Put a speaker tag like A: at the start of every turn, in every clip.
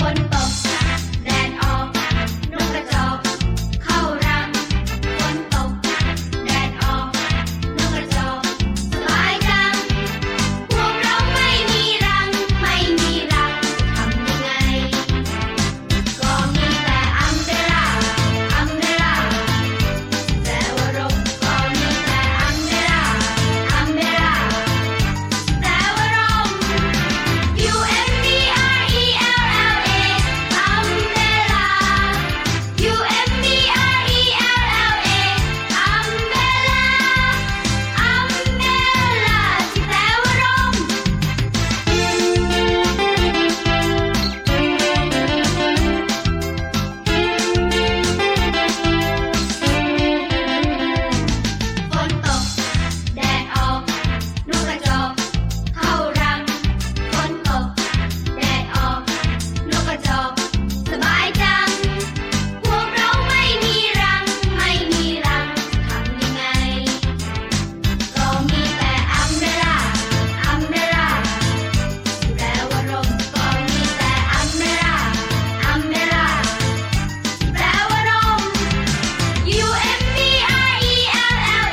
A: ฝนตกนะแดดออกนกกระจอกเข้ารังฝนตกนะแดดออกนกกระจอกสบายจัง พวกเราไม่มีรัง ไม่มีรังทำยังไง ก็มีแต่อัมเบร่าอัมเบร่าแต่ว่ารบก็มีแต่อัมเบร่าอัมเบร่าแต่ว่ารม U M B R E L L A umbrella U M B R E L L A umbrella umbrella ที่แปลว่าร่ม ฝนตก แดดออก นกกระจอกเข้ารัง ฝนตก แดดออก นกกระจอกสบายจัง พวกเราไม่มีรัง ไม่มีรังทำยังไง ก็มีแต่อัมเบร่า อัมเบร่าแปลว่าร่มก็มีแต่อัมเบร่า อัมเบร่าแปลว่าร่ม U M B R E L L A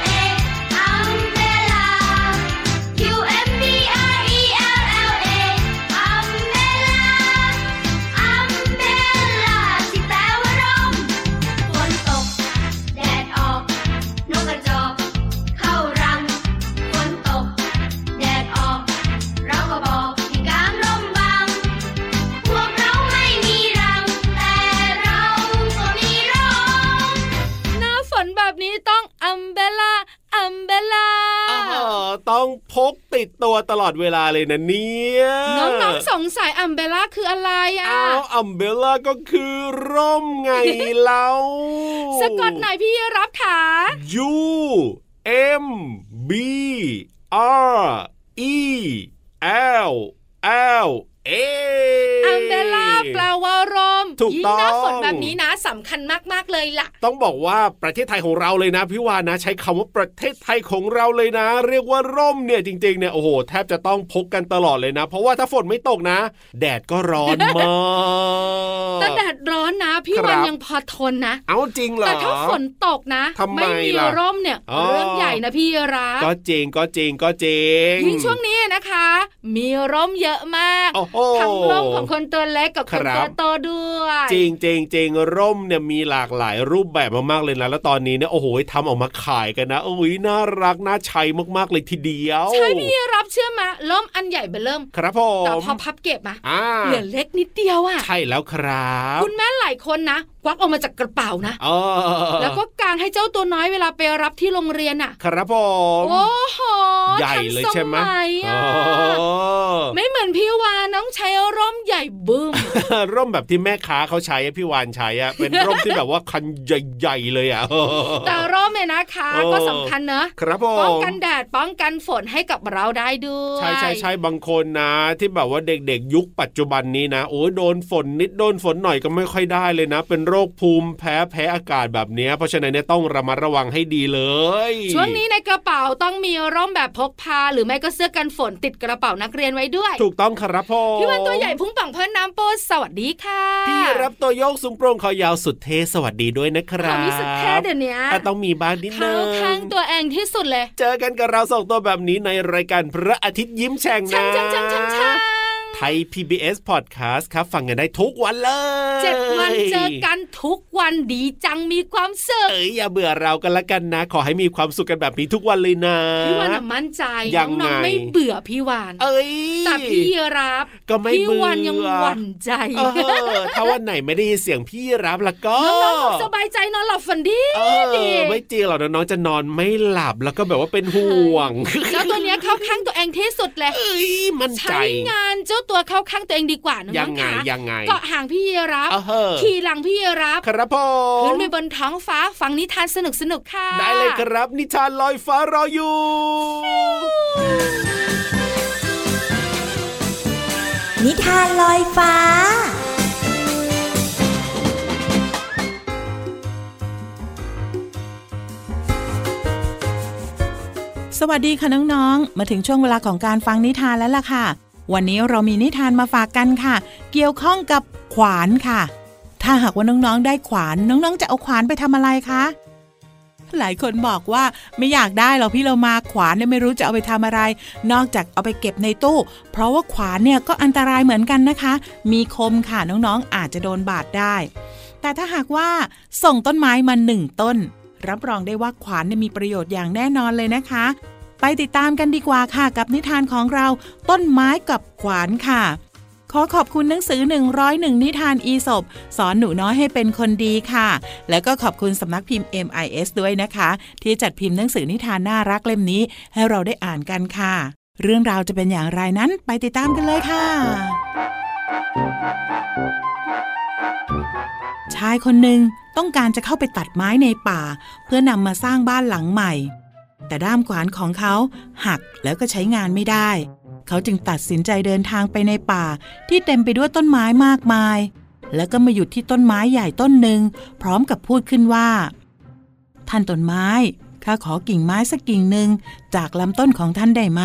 A: umbrella U M B R E L L A umbrella umbrella ที่แปลว่าร่มฝนตก แดดออก นกกระจอกเข้ารังฝนตก แดดออก เราก็บอกให้กางร่มบัง พวกเราไม่มีรัง แต่เราก็มีร่ม
B: หน้าฝนแบบนี้ต้องอัมเบล่าอัมเบล่า
C: อ๋อต้องพกติดตัวตลอดเวลาเลยนะเนี่ย
B: น้องๆสงสัยอัมเบล่าคืออะไรอ่ะ
C: อ้าวอัมเบล่าก็คือร่มไงเล่า
B: สะกดหน่อยพี่รับขา
C: ยูเอ็มบีอาร์อีเอลเอลเอ
B: อัมเบล่าแปลว่าร่ม
C: ถูก
B: ยิ่ง
C: ต้อง
B: หน้าฝนแบบนี้นะสำคัญมากๆเลยล่ะ
C: ต้องบอกว่าประเทศไทยของเราเลยนะพี่วานนะ ใช้คำว่าประเทศไทยของเราเลยนะ เรียกว่าร่มเนี่ยจริงๆเนี่ยโอ้โหแทบจะต้องพกกันตลอดเลยนะ เพราะว่าถ้าฝนไม่ตกนะ แดดก็ร้อนมาก
B: แต่แดดร้อนนะพี่
C: ครับ
B: วันยังพอทนนะ
C: เอาจริงเหรอ
B: แต่ถ้าฝนตกนะ
C: ทำไม
B: ไม่มี
C: ล่ะ
B: ร่มเนี่ย
C: อ๋อ
B: เรื่องใหญ่นะพี่รัก
C: ก็จริงก็จริงก็จริง
B: ยิ่งช่วงนี้นะคะ มีร่มเยอะมาก
C: โอ้โห
B: ทั้งร่มของคนตัวเล็กกับคน
C: ครับ
B: ตัวโตด้วย
C: จริงจริงจริงร่มเนี่ยมีหลากหลายรูปแบบมากๆเลยนะแล้วตอนนี้เนี่ยโอ้โหทำออกมาขายกันนะโอ้ยน่ารักน่าใช้มากๆเลยทีเดียว
B: ใช่พี่รับเชื่อมะร่มอันใหญ่เบอเริ่ม
C: ครับผ
B: แต่
C: ม
B: พอพับเก็บมา
C: อ่า
B: เหลือเล็กนิดเดียวอ่ะ
C: ใช่แล้วครับ
B: คุณแม่หลายคนนะควักออกมาจากกระเป๋านะ
C: เออ
B: แล้วก็กางให้เจ้าตัวน้อยเวลาไปรับที่โรงเรียนอ่ะ
C: ครับผม
B: โอ้โห
C: ใหญ่เลยใช่ไหม
B: ทันสยอะ
C: โอ้
B: ไม่เหมือนพี่วานน้องใช้ร่มใหญ่บึ้ม
C: ร่มแบบที่แม่ค้าเขาใช้อะพี่วานใช้อะเป็นร่มที่แบบว่าคันใหญ่ๆเลยอะ
B: แต่ร่มเนี่ยนะคะ
C: โอ้
B: ก็สำคัญเนอะ
C: ครับผ
B: ป้อง
C: ม
B: กันแดดป้องกันฝนให้กับเราได้ด้วย
C: ใช่ใช่ใช่บางคนนะ ที่แบบว่าเด็กๆ ยุคปัจจุบันนี้นะโอ้ยโดนฝนนิดโดนฝนหน่อยก็ไม่ค่อยได้เลยนะ เป็นโรคภูมิแพ้แพ้อากาศแบบเนี้ยเพราะฉะนั้นเนี่ยต้องระมัดระวังให้ดีเลย
B: ช่วงนี้ในกระเป๋าต้องมีร่มแบบพกพา หรือไม่ก็เสื้อกันฝนติดกระเป๋านักเรียนไว้ด้วย
C: ถูกต้องครับผม
B: พี่วันตัวใหญ่พุ่งป่องเพิ่นน้ำโปสวัสดีค่ะ
C: พี่รับตัวโยกสูงโปร่งคอยาวสุดเท่สวัสดีด้วยนะค
B: ค
C: รั
B: วาม
C: บ
B: รู้สึกแค่เดี๋ยวเนี้ย
C: อ่ะต้องมีบ้างนิดนึ
B: เข้าง ข้างตัวเองที่สุดเลย
C: เจอกันกับเราสองตัวแบบนี้ในรายการพระอาทิตย์ยิ้มแฉ่ง
B: ช่า
C: นะ
B: งช่างช่างช่างช่าง
C: ไทย PBS Podcast ครับ ฟังกันได้ทุกวันเลย
B: เจ็ดวันเจอกันทุกวันดีจังมีความสุข
C: เอ้ยอย่าเบื่อเรากันละกันนะ ขอให้มีความสุขกันแบบนี้ทุกวันเลยนะ
B: พี่วานน่ะมั่นใจ
C: ยัง
B: น้องๆ
C: ไง
B: ไม่เบื่อพี่วาน
C: เอ้ย
B: แต่พี่รับ
C: ก็ไม่
B: พี่
C: เบื่อ
B: วันยังหวั่นใจ
C: เออถ้าวันไหนไม่ได้ยินเสียงพี่รับละก็
B: น้องๆบอกสบายใจนอนหลับฝันดี
C: เอ
B: ดี
C: อไม่จริงหรอกน้องๆจะนอนไม่หลับแล้วก็แบบว่าเป็นห่วง
B: แล้วตัวเนี้ยเข้าข้างตัวเองที่สุดเลย
C: เอ้ยมั่นใจ
B: ใช้งานเจ้าตัวเข้าข้างตัวเองดีกว่าน้
C: ยั
B: องงๆ
C: ไง
B: คะ
C: ยังไง
B: เกาะห่างพี่รับ
C: เออเฮ้อ
B: ขี่หลังพี่รับ
C: ครับผ
B: ขึ้
C: ม
B: นไปบนท้องฟ้าฟังนิทานสนุกๆค่ะ
C: ได้เลยครับ นิทานลอยฟ้ารออยู่
D: นิทานลอยฟ้า
E: สวัสดีค่ะน้องๆ มาถึงช่วงเวลาของการฟังนิทานแล้วล่ะค่ะ วันนี้เรามีนิทานมาฝากกันค่ะ เกี่ยวข้องกับขวานค่ะ ถ้าหากว่าน้องๆ ได้ขวานน้องๆ จะเอาขวานไปทำอะไรคะ หลายคนบอกว่าไม่อยากได้หรอกพี่เรามาขวานเนี่ยไม่รู้จะเอาไปทำอะไร นอกจากเอาไปเก็บในตู้ เพราะว่าขวานเนี่ยก็อันตรายเหมือนกันนะคะ มีคมค่ะน้องๆ อาจจะโดนบาดได้ แต่ถ้าหากว่าส่งต้นไม้มาหนึ่งต้น รับรองได้ว่าขวานเนี่ยมีประโยชน์อย่างแน่นอนเลยนะคะ ไปติดตามกันดีกว่าค่ะกับนิทานของเราต้นไม้กับขวานค่ะ ขอขอบคุณหนังสือ 101 นิทานอีสบสอนหนูน้อยให้เป็นคนดีค่ะ แล้วก็ขอบคุณสำนักพิมพ์ MIS ด้วยนะคะ ที่จัดพิมพ์หนังสือนิทานน่ารักเล่มนี้ ให้เราได้อ่านกันค่ะ เรื่องราวจะเป็นอย่างไรนั้นไปติดตามกันเลยค่ะ ชายคนหนึ่งต้องการจะเข้าไปตัดไม้ในป่า เพื่อนำมาสร้างบ้านหลังใหม่ แต่ด้ามขวานของเขาหักแล้วก็ใช้งานไม่ได้ เขาจึงตัดสินใจเดินทางไปในป่า ที่เต็มไปด้วยต้นไม้มากมาย แล้วก็มาหยุดที่ต้นไม้ใหญ่ต้นหนึ่ง พร้อมกับพูดขึ้นว่า ท่านต้นไม้ ข้าขอกิ่งไม้สักกิ่งหนึ่งจากลำต้นของท่านได้ไหม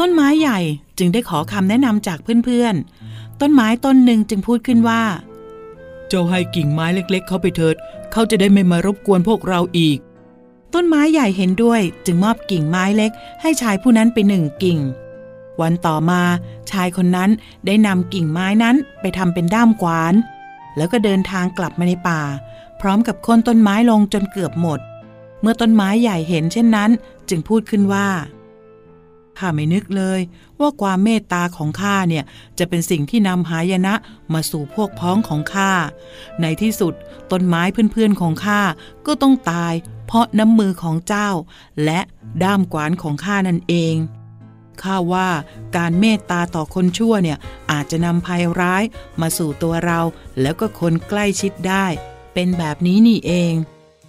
E: ต้นไม้ใหญ่จึงได้ขอคำแนะนำจากเพื่อนๆ ต้นไม้ต้นหนึ่งจึงพูดขึ้นว่า เจ้าให้กิ่งไม้เล็ก ๆ เขาไปเถิด เขาจะได้ไม่มารบกวนพวกเราอีก ต้นไม้ใหญ่เห็นด้วยจึงมอบกิ่งไม้เล็ก ให้ชายผู้นั้นไปหนึ่งกิ่ง วันต่อมา ชายคนนั้นได้นำกิ่งไม้นั้นไปทำเป็นด้ามขวาน แล้วก็เดินทางกลับมาในป่า พร้อมกับโค่นต้นไม้ลงจนเกือบหมด เมื่อต้นไม้ใหญ่เห็นเช่นนั้น จึงพูดขึ้นว่าข้าไม่นึกเลย ว่าความเมตตาของข้าเนี่ยจะเป็นสิ่งที่นำหายนะมาสู่พวกพ้องของข้า ในที่สุดต้นไม้เพื่อนๆของข้าก็ต้องตาย เพราะน้ำมือของเจ้า และด้ามกวานของข้านั่นเองข้าว่าการเมตตาต่อคนชั่วเนี่ย อาจจะนำภัยร้ายมาสู่ตัวเรา แล้วก็คนใกล้ชิดได้ เป็นแบบนี้นี่เอง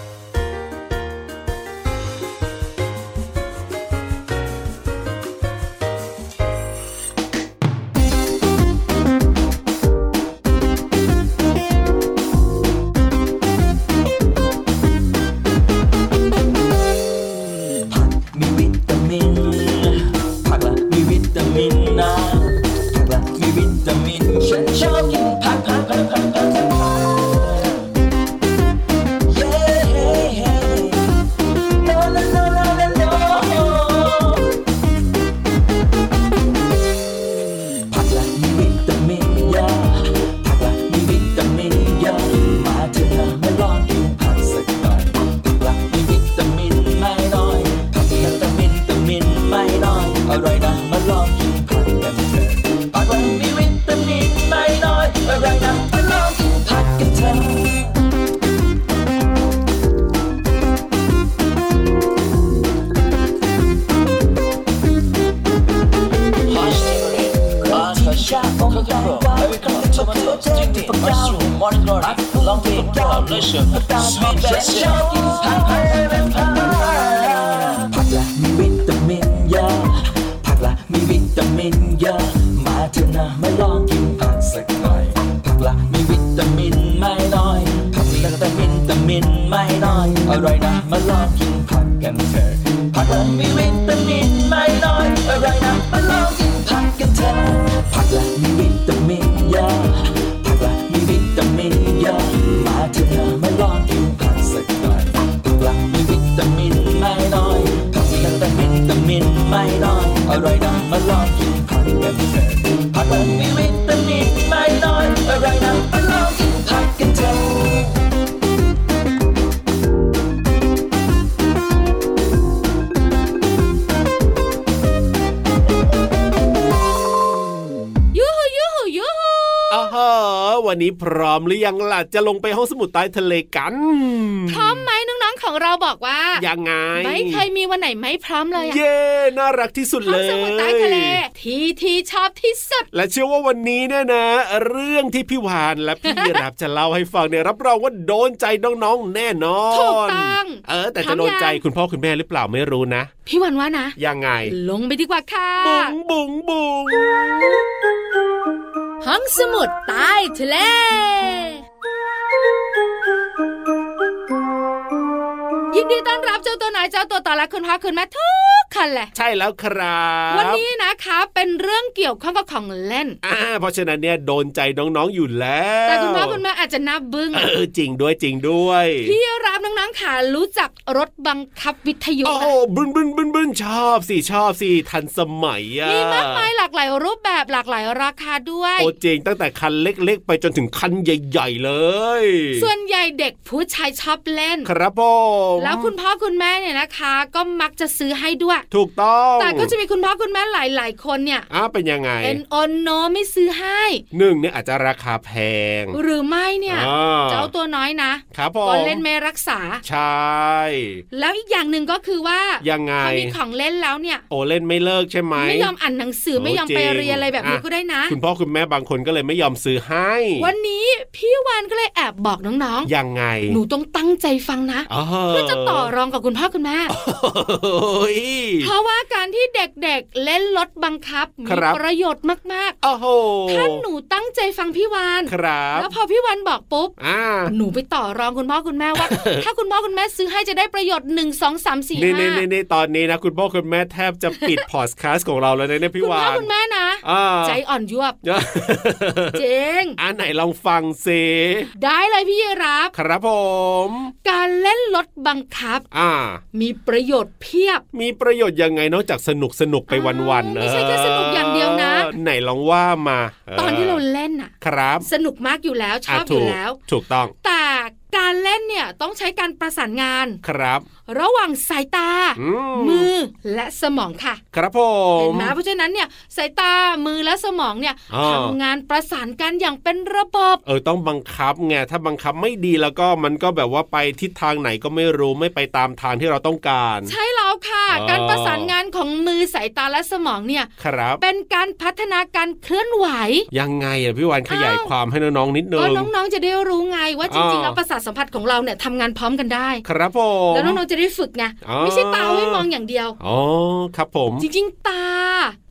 E: ะ
F: ผักมีวิตามิน ผักละมีวิตามินนะ ผักละมีวิตามิน ฉันชอบกินผักผักผักผักผักผักผักเย้เฮ้เฮ้ No no no no no no ผักละมีวิตามินเยอะผักละมีวิตามินเยอะมาเถอะนะมาลองกินผักสักหน่อย ผักละมีวิตามินไม่น้อย ผักละวิตามินวิตามินไม่น้อย อร่อยนะมาลองกินผักกันเถอะผักละมีวิตามินไม่น้อย อร่อยนะมาลองกินผักกันเถอะ ผักละมีวิตามินเยอะผักละมีวิตามินเยอะมาเถอะนะมาลองกินผักสักหน่อยผักละมีวิตามินไม่น้อยผักละแต่วิตามินไม่น้อยอร่อยนะมาลองกินผักกันเถอะผักละมีวิตามินไม่น้อยอร่อยนะมาลองกินผักกันเถอะผักละมีวิตามินเยอะผักละมีวิตามินเยอะมาเถอะนะมาลองกินผักสักหน่อยผักละมีวิตามินไม่น้อยผักละแต่วิตามินไม่น้อยอร่อยนะมาลองกินผักกันเถอะผักละมีวิตามินไม่น้อยอร่อยนะมาลองกินผักกันเถอะ
G: เ
C: วันนี้พร้อมหรือยังล่ะจะลงไปห้องสมุดใต้ทะเลกัน
B: พร้อมไหมน้องๆของเราบอกว่า
C: ยังไง
B: ไม่เคยมีวันไหนไม่พร้อมเลยอะ
C: เย่น่ารักที่สุด
B: ห้
C: เล
B: อง
C: ย
B: สมุดใต้ทะเลที่ที่ชอบที่สุด
C: และเชื่อว่าวันนี้เนี่ยนะ เรื่องที่พี่วานและพี่ รับจะเล่าให้ฟังเนี่ยรับรองว่าโดนใจน้องๆแน่นอน
B: ถูกต้อง
C: เออ แต่
B: พร้อ
C: จะ
B: ม
C: โดนใจ
B: ยัง
C: คุณพ่อคุณแม่หรือเปล่าไม่รู้นะ
B: พี่วันว่านะ
C: ยังไง
B: ลงไปดีกว่าค่ะ
C: บุ๋งบุ๋งบุ๋ง
B: ห้องสมุดใต้ทะเล ยินดีต้อนรับเจ้าตัวไหนอยเจ้าตัวต่อและคุณพ่อคุณแม่ทุกคนแหละ
C: ใช่แล้วครับ
B: วันนี้นะคะเป็นเรื่องเกี่ยวข้องกับของเล่น
C: อ่าเพราะฉะนั้นเนี่ยโดนใจน้องๆอยู่แล้ว
B: แต่คุณพ่อคุณแม่อาจจะนับบึ้ง
C: เออจริงด้วยจริงด้วย
B: พี่รับน้องๆค่ะรู้จักรถบังคับวิทยุ
C: โอ้
B: ไหม
C: โหบึ้นบึ้นบึ้นบึ้นชอบสิชอบสิทันสมัยอ่ะ
B: มีมากมายหลากหลายรูปแบบหลากหลายราคาด้วย
C: โอ้จริงตั้งแต่คันเล็กๆ ไปจนถึงคันใหญ่ๆเลย
B: ส่วนใหญ่เด็กผู้ชายชอบเล่น
C: ครับผม
B: แล้วคุณพ่อคุณแม่เนี่ยนะคะ ก็มักจะซื้อให้ด้วย
C: ถูกต้อง
B: แต่ก็จะมีคุณพ่อคุณแม่หลายๆ คนเนี่ย
C: อ่าเป็นยังไง
B: เป็นออนโนไม่ซื้อให้
C: หนึ่งเนี่ยอาจจะราคาแพง
B: หรือไม่เนี่ย
C: อ่
B: เจ้าตัวน้อยนะครับ
C: ผม
B: ก็เล่นไม่รักษา
C: ใช่
B: แล้วอีกอย่างหนึ่งก็คือว่า
C: ยังไง
B: เขามีของเล่นแล้วเนี่ย
C: โอเล่นไม่เลิกใช่ไหม
B: ไม่ยอมอ่านหนังสือ
C: โอ้
B: ไม่ยอม
C: จริง
B: ไปเรียนอะไรแบบนี้
C: อ่ะ
B: ก็ได้นะ
C: คุณพ่อคุณแม่บางคนก็เลยไม่ยอมซื้อให้
B: วันนี้พี่วานก็เลยแอบบอกน้อง
C: ยังไง
B: ๆ หนูต้องตั้งใจฟังนะ
C: เออ
B: เพื่อจะต่อรองกับคุณพ่อคุณแม่
C: โอ้ย
B: เพราะว่าการที่เด็กๆเล่นรถบังคับ
C: ค
B: มี
C: รับ
B: ประโยชน์มาก
C: โอ้โห
B: ๆ ถ้าหนูตั้งใจฟังพี่วาน
C: ครับ
B: แล้วพอพี่วานบอกปุ๊บ
C: อ่า
B: หนูไปต่อรองคุณพ่อคุณแม่ ว่า ถ้าคุณพ่อคุณแม่ซื้อให้จะได้ประโยชน์หนึ่งสองสามสี่
C: นี่
B: ห้า
C: นี่นี่นี่ตอนนี้นะ คุณพ่อคุณแม่แทบจะปิด พอดแคสต์ของเราแล้วนะเนี่ย
B: คุ
C: พี่
B: ณ
C: วา
B: พ่อน คุณแม่นะ
C: อ่า
B: ใจอ่อนยวบ
C: เนอะ
B: เจ๋ง
C: อันไหนลองฟังสิ
B: ได้เลยพี่รับ
C: ครับผม
B: การเล่นรถบังคับ
C: อ่า
B: มีประโยชน์เพียบ
C: มีประโยชน์ยังไงนอกจากสนุกสนุกไปวันวัน
B: ไม่ใช่แค่สนุกอย่างเดียวนะ
C: ไหนลองว่ามา
B: ตอนที่เราเล่นน่ะ
C: ครับ
B: สนุกมากอยู่แล้วชอบ
C: ะ
B: อ
C: ถู
B: ยู่
C: ก
B: แล้ว
C: ถูกต้อง
B: แต่การเล่นเนี่ยต้องใช้การประสานงาน
C: ครับ
B: ระหว่างสายตา
C: อื
B: มือและสมองค่ะ
C: ครับผ
B: เห็น
C: ม
B: ไหมเพราะฉะนั้นเนี่ยสายตามือและสมองเนี่ย
C: อ่า
B: ทำงานประสานกันอย่างเป็นระบบ
C: เออต้องบังคับไงถ้าบังคับไม่ดีแล้วก็มันก็แบบว่าไปทิศทางไหนก็ไม่รู้ไม่ไปตามทางที่เราต้องการ
B: ใช่แล้วค่ะ
C: อ๋อ
B: การประสานงานของมือสายตาและสมองเนี่ย
C: ครับ
B: เป็นการพัฒนาการเคลื่อนไหว
C: ยังไงอ่ะพี่วานขยาย
B: อ้าว
C: ความให้น้องๆนิดนึ
B: ก็
C: ง
B: น้องๆจะได้รู้ไงว่าจริง
C: อ๋อ
B: ๆแล้วประสาทสัมผัสของเราเนี่ยทำงานพร้อมกันได้
C: ครับผม
B: แล้วน้องๆจะได้ฝึกไง
C: อ๋อ
B: ไม่ใช่ตาไว้มองอย่างเดียว
C: อ๋อครับผม
B: จริงๆตา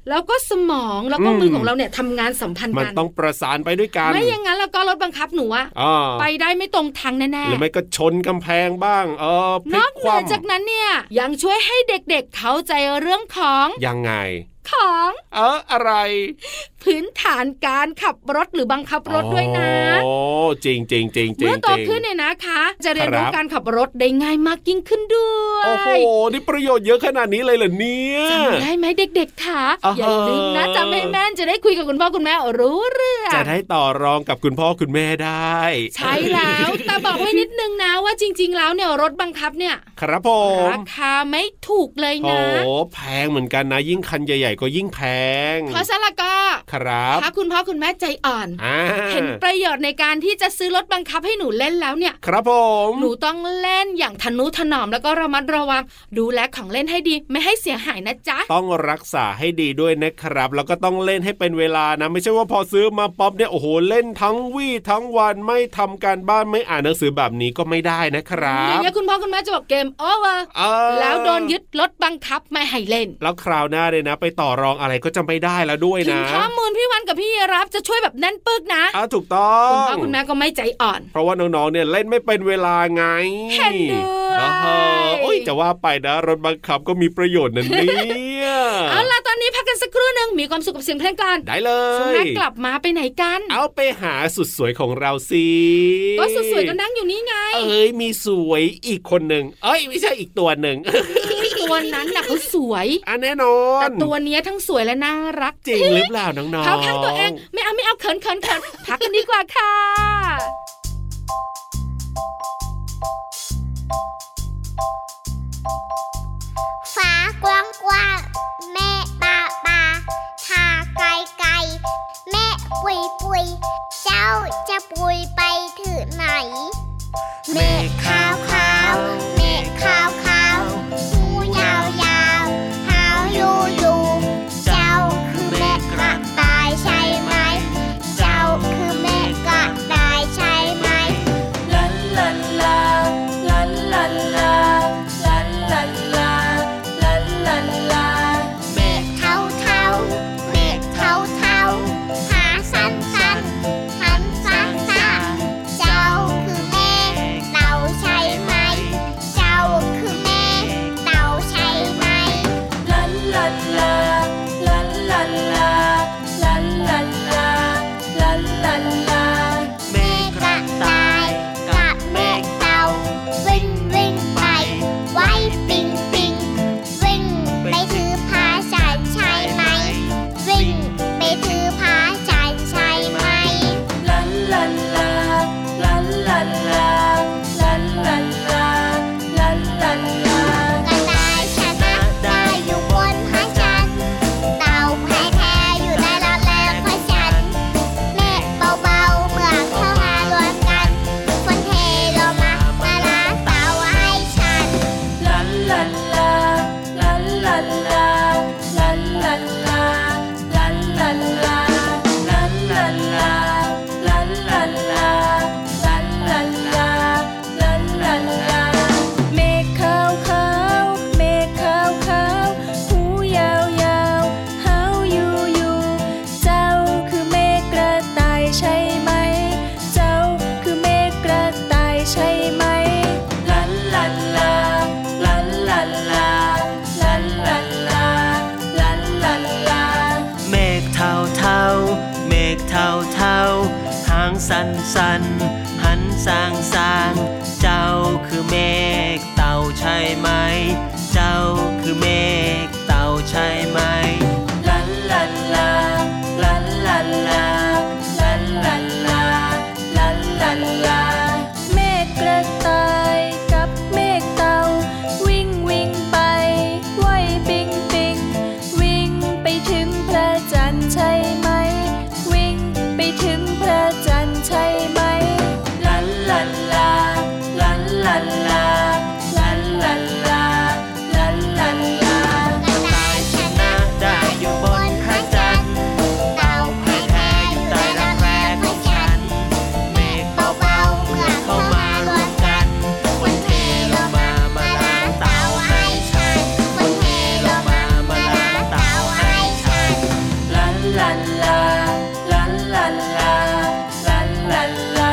B: แล้วก็สมองแล้วก็
C: อืม
B: มือของเราเนี่ยทำงานสัมพันธ์
C: มัน
B: กัน
C: ต้องประสานไปด้วยกัน
B: ไม่อย่างนั้นแล้วก็รถบังคับหนูอะ
C: อ่า
B: ไปได้ไม่ตรงทางแน่
C: หรือไม่ก็ชนกำแพงบ้างเออพ
B: ๆน
C: ลิ
B: อก ก
C: ค
B: เหนื
C: วา
B: อ
C: ม
B: จากนั้นเนี่ยยังช่วยให้เด็กๆเข้าใจเรื่องของ
C: ยังไง
B: ของ
C: เอออะไร
B: พื้นฐานการขับรถหรือบังคับรถด้วยนะ
C: โอ้จริงจริงจริงจริง
B: เมื่อโต
C: จริง
B: ขึ้นเนี่ยนะคะ จะเรียนรู้
C: ครับ
B: การขับรถได้ง่ายมากยิ่งขึ้นด้วย
C: โอ้โหนี่ประโยชน์เยอะขนาดนี้เลยเหรอเนี่ย
B: จำได้ไหมเด็กๆค่ะ
C: อ่าฮะ
B: อย่าลืมนะจำให้แม่นจะได้คุยกับคุณพ่อคุณแม่รู้เรื่อง
C: จะได้ต่อรองกับคุณพ่อคุณแม่ได้
B: ใช่แล้วแต่บอกไว้นิดนึงนะว่าจริง ๆ แล้วเนี่ยรถบังคับเนี่ย
C: ครับผม
B: ราคาไม่ถูกเลย
C: โอ้
B: นะ
C: โหแพงเหมือนกันนะ ยิ่งคันใหญ่ๆก็ยิ่งแพง
B: เพราะฉะนั้นแล้วก็
C: ครับ
B: ถ้าคุณพ่อคุณแม่ใจอ่อน
C: อ่า
B: เห็นประโยชน์ในการที่จะซื้อรถบังคับให้หนูเล่นแล้วเนี่ย
C: ครับผม
B: หนูต้องเล่นอย่างทนุถนอมแล้วก็ระมัดระวัง ดูแลของเล่นให้ดีไม่ให้เสียหายนะจ๊ะ
C: ต้องรักษาให้ดีด้วยนะครับ แล้วก็ต้องเล่นให้เป็นเวลานะ ไม่ใช่ว่าพอซื้อมาป๊อปเนี่ยโอ้โหเล่นทั้งวี่ทั้งวันไม่ทำการบ้านไม่อ่านหนังสือแบบนี้ก็ไม่ได้นะครั
B: อ
C: บ
B: ย่างนี้ยคุณพ่อคุณแม่จะบอกเกมโอเวอร์
C: เออ
B: แล้วโดนยึดรถบังคับไม่ให้เล่น
C: แล้วคราวหน้าเลยนะ ไปต่อรองอะไรก็จะไม่ได้แล้วด้วย
B: ถึง
C: นะ
B: ข้อมูลพี่วันกับพี่รับจะช่วยแบบแน่นปึกนะ
C: อ่ะถูกต้อ
B: คุณ
C: ง
B: พ่อคุณแม่ก็ไม่ใจอ่อน
C: เพราะว่าน้องๆ เนี่ยเล่นไม่เป็นเวลาไง
B: เห็นด้วย
C: โอ้โหโอ้ยจะว่าไปนะรถบังคับก็มีประโยชน์นะเนี่ย
B: เอาล่ะตอนนี้พักกันสักครู่หนึ่งมีความสุขกับเสียงเพลงก่อน
C: ได้เล
B: ช่วง
C: ย
B: หน้ากลับมาไปไหนกัน
C: เอาไปหาสุดสวยของเราสิ
B: ก็สวยๆก็นั่งอยู่นี่ไง
C: เอ้ยมีสวยอีกคนหนึ่งเอ้ยไม่ใช่อีกตัวหนึ่ง
B: ตัวนั้นน่ะเขาสวย
C: อันแน่นอ
B: แต่
C: น
B: ตัวเนี้ยทั้งสวยและน่ารัก
C: จริงหรือเปล่าน้องๆ
B: เขาข้างตัวเองไม่เอาไม่เอาเขินเขินเขินพักกันดีกว่าค่ะ
H: ฟ้ากว้างกว้างแม่ปาปาทาไกลไกลแม่ปุยปุยเจ้าจะปุ เมฆขาวขาวๆเมฆขาวขาวๆหูยาวยาวๆหาวยูยูๆเจ้าคือเมฆกระต่ายใช่ไหม เจ้าคือเมฆกระต่ายใช่ไหม
D: ลันลันลาลันลันลาลันลันลาลันลันลา
H: เมฆเทาเทาๆเมฆเทาเทาๆหาสั้นสั้นๆหันสั้นสั้นๆเจ้าคือเมฆเต่าใช่ไหม เจ้าคือเมฆเต่าใช่ไหม
D: ลันลันลาลันลันลาลันลันลาลันลันลา
H: เมฆกระต่ายกับเมฆเต่าวิ่งวิ่งไป ไว้ปิงปิงวิ่งไปถือพาฉันใช่ไหม วิ่งไปถือพาฉันใช่ไหม
D: ลันลันลาลันลันลาลันลันลาลันลันลา
H: กระต่ายชนะได้อยู่บนพระจันทร์เต่าแพ้แท้อยู่ได้รอดแล้วพระจันทร์เมฆเบาๆเมื่อเข้ามารวมกันฝนเทลงมามาล้างเต่าให้ฉัน
D: ลันลันลาลันลันลาลันลันลาลันลันลาลันลันลาลันลันลาลันลันลาลันลันลาเมฆขาวขาวเมฆขาวขาวหูยาวยาวหาวอยู่อยู่เจ้าคือเมฆกระต่ายใช่ไหม เจ้าคือเมฆกระต่ายใช่ไหม ลันลันลา ลันลันลา ลันลันลา ลันลันลา
I: เมฆเทาเทาๆเมฆเทาเทาๆหางสันสันๆหันสางสางๆเจ้าคือเมฆเต่าใช่ไหม เจ้าคือเมฆเต่าใช่ไหม
D: ลันลันลา ลันลันลา ลันลันลา ลันลันลา เมฆกระต่ายกับเมฆเต่าวิ่งวิ่งไปไหวปิงปิงวิ่งไปถึงพระจันทร์ใช่ไหม วิ่งไปถึงพระจันทร์ใช่ไหม ลันลันลา ลันลันลา ลันลันลา ลันลันลา
H: กระต่ายชนะได้อยู่บนพระจันทร์เต่าแพ้แท้อยู่ใต้รักแร้ของฉันเมฆเบาๆเมื่อเข้ามารวมกันฝนเทลงมามาล้างเต่าให้ฉันฝนเทลงมามาล้างเต่าให้ฉัน
D: ลันลันลา ลันลันลา ลันลันลา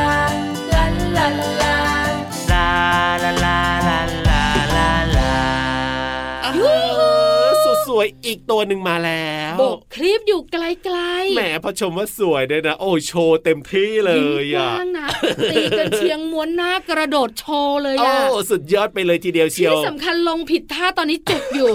D: ลันลันลา
I: ลาลาลาลาลาลาลา
C: สุดสวยอีกตัวหนึ่งมาแล้ว
B: โบกคลิปอยู่ไกลๆ
C: แหมพอชมว่าสวยด้วยนะ โอ้โชว์เต็มที่เล
B: ยิง
C: ย
B: ก
C: อ่ะ
B: ว้างนะตีกันเชียงม้วนหน้ากระโดดโชว์เลย
C: โอ้
B: อะ
C: สุดยอดไปเลยทีเดียวเชี
B: ที่
C: ยว
B: สำคัญลงผิดท่าตอนนี้จุกอยู่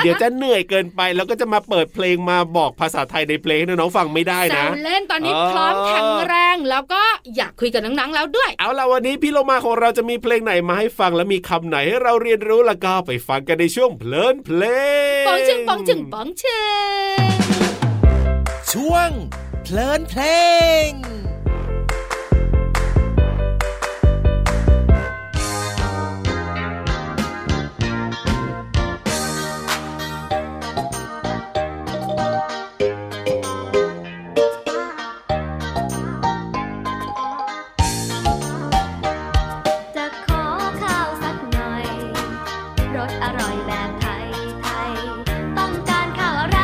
C: เดี๋ยวจะเหนื่อยเกินไปแล้วก็จะมาเปิดเพลงมาบอกภาษาไทยในเพลงให้น้องๆฟังไม่ได้
B: แซ
C: นะ
B: วเล่นตอนนี้
C: อ๋อ
B: พร้อมแข็งแรงแล้วก็อยากคุยกับน้องๆแล้วด้วย
C: เอาล่ะวันนี้พี่โลมาของเราจะมีเพลงไหนมาให้ฟังและมีคำไหนให้เราเรียนรู้แล้วก็ไปฟังกันในช่วงเพลินเพลง
B: ปองชึงปองชึงปองชึง
I: ช่วงเพลินเพลง
A: จะขอข้าวสักหน่อย รสอร่อยแบบไทยไทย ต้องการข้าวอะไร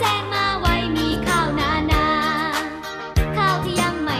A: แจ้งมาไว้มีข้าวนานา ข้าวที่ยังไม่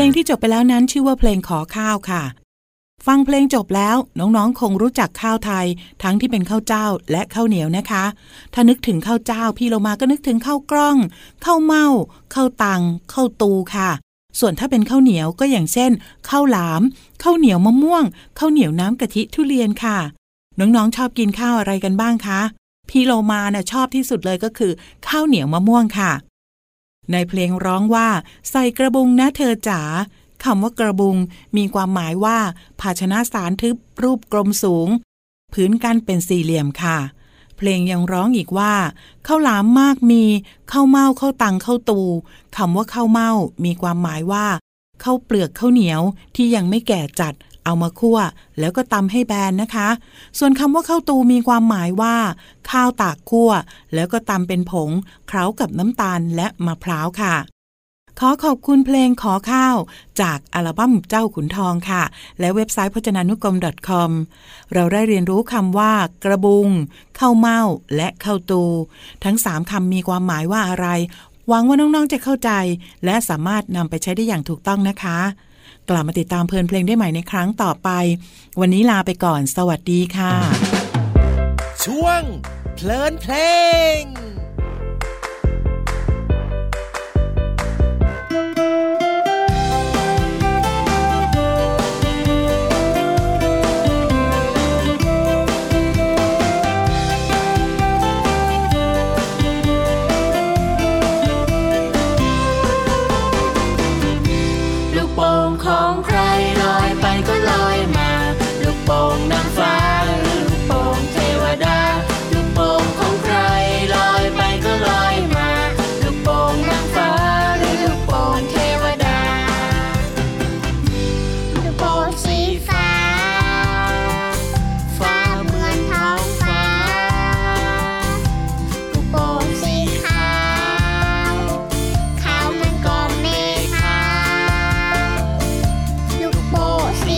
E: ลงที่จบไปแล้วนั้นชื่อว่าเพลงขอข้าวค่ะ ฟังเพลงจบแล้วน้องๆ คงรู้จักข้าวไทย ทั้งที่เป็นข้าวเจ้าและข้าวเหนียวนะคะ ถ้านึกถึงข้าวเจ้าพี่เรามาก็นึกถึงข้าวกล้องข้าวเม่าข้าวตังข้าวตูค่ะ ส่วนถ้าเป็นข้าวเหนียวก็อย่างเช่นข้าวหลามข้าวเหนียวมะม่วงข้าวเหนียวน้ำกะทิทุเรียนค่ะ น้องๆ ชอบกินข้าวอะไรกันบ้างคะ พี่โลมาน่ะชอบที่สุดเลยก็คือ ข้าวเหนียวมะม่วงค่ะ ในเพลงร้องว่า ใส่กระบุงนะเธอจ๋าคำว่ากระบุง มีความหมายว่า ภาชนะสารทึบรูปกลมสูง พื้นกันเป็นสี่เหลี่ยมค่ะ เพลงยังร้องอีกว่าข้าวหลามมากมีข้าวเม่าข้าวตังข้าวตูคำว่าข้าวเม่ามีความหมายว่าข้าวเปลือกข้าวเหนียวที่ยังไม่แก่จัด เอามาคั่ว แล้วก็ตำให้แบนนะคะ ส่วนคำว่าข้าวตูมีความหมายว่า ข้าวตากคั่ว แล้วก็ตำเป็นผงเคล้ากับน้ำตาลและมะพร้าวค่ะ ขอขอบคุณเพลงขอข้าว จากอัลบั้มเจ้าขุนทองค่ะ และเว็บไซต์พจนานุกรม .com เราได้เรียนรู้คำว่า กระบุงข้าวเม่าและข้าวตู ทั้ง 3คำมีความหมายว่าอะไร หวังว่าน้อง ๆ จะเข้าใจ และสามารถนำไปใช้ได้อย่างถูกต้องนะคะ กลับมาติดตามเพลินเพลงได้ใหม่ในครั้งต่อไป วันนี้ลาไปก่อน สวัสดีค่ะ
J: ช่วง เพลินเพลง
H: ลูกโป่งของใครลอยไปก็ลอยมา ลูกโป่งนางฟ้าหรือลูกโป่งเทวดา ลูกโป่งของใครลอยไปก็ลอยมา ลูกโป่งนางฟ้าหรือลูกโป่งเทวดา
A: ลูกโป่งสีฟ้า ฟ้าเหมือนท้องฟ้า ลูกโป่งสีขาว ขาวเหมือนกองเมฆขาว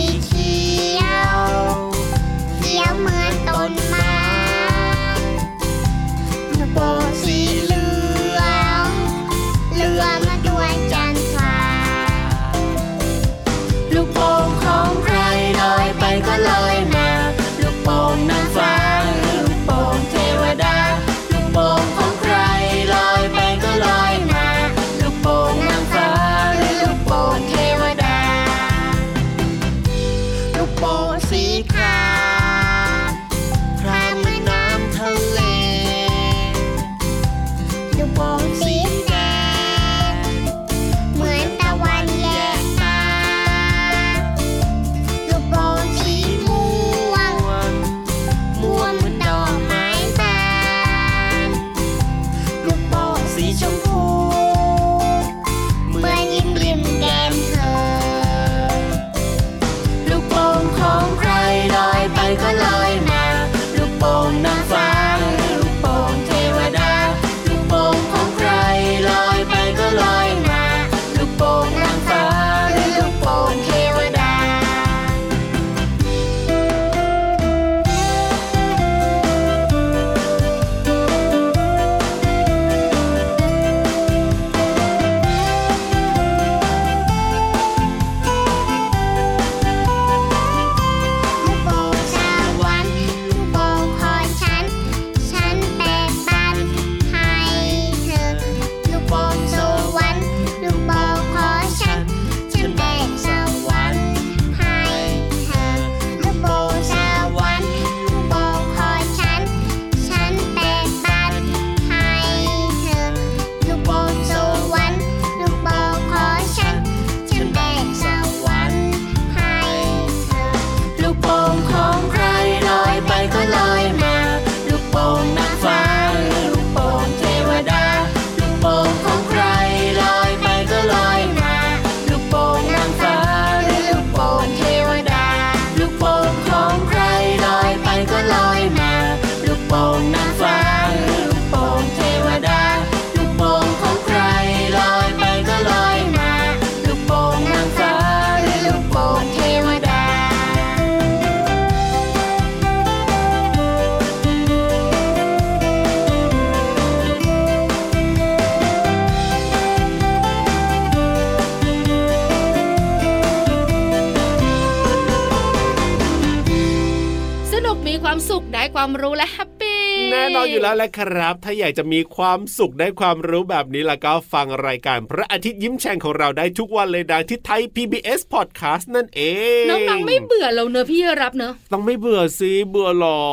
B: สุขได้ความรู้และแฮปปี้
C: แน่นอนอยู่แล้วแหละครับ ถ้าอยากจะมีความสุขได้ความรู้แบบนี้แล้วก็ฟังรายการพระอาทิตย์ยิ้มแฉ่งของเราได้ทุกวันเลยนะที่ไทย PBS Podcast นั่นเอง
B: น้องๆไม่เบื่อเราเนอะพี่รับเนอะ
C: ต้องไม่เบื่อสิเบื่อหรอ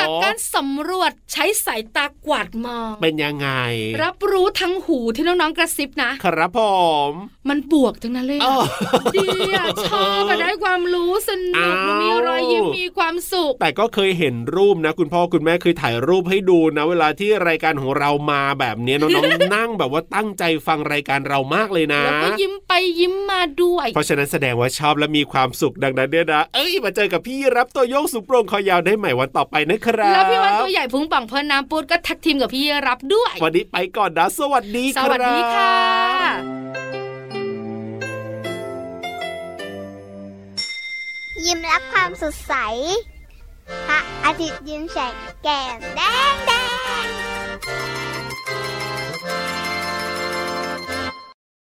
B: จากการสำรวจใช้สายตากวาดมอง
C: เป็นยังไง
B: รับรู้ทั้งหูที่น้องๆกระซิบนะ
C: ครับผม
B: มันบวกทั้งนั้นเลย
C: อ้
B: อะ
C: อ
B: ดีอะชอบอะได้ความรู้สนุก
C: อ้าว
B: มีรอยยิ้มมีความสุข
C: แต่ก็เคยเห็นรูปนะ คุณพ่อคุณแม่เคยถ่ายรูปให้ดูนะ เวลาที่รายการของเรามาแบบเนี้ยน้องๆ นั่งแบบว่าตั้งใจฟังรายการเรามากเลยนะ
B: แล้วก็ยิ้มไปยิ้มมาด้วย
C: เพราะฉะนั้นแสดงว่าชอบและมีความสุขดังนั้นเนี่ยนะ เอ้ยมาเจอกับพี่รับตัวโยงสูงโปร่งคอยาวได้ใหม่วันต่อไปนะครับ
B: แล้วพี่วันตัวใหญ่พุงป่องพอน้ำปูดก็แท็กทีมกับพี่รับด้วย
C: วันนี้ไปก่อนนะ สวัสดีค
B: ส
C: รับ
B: วัสดีค่ะ
H: ยิ้มรับความสดใส พระอาทิตย์ยิ้มแฉกแก้มแดงแดง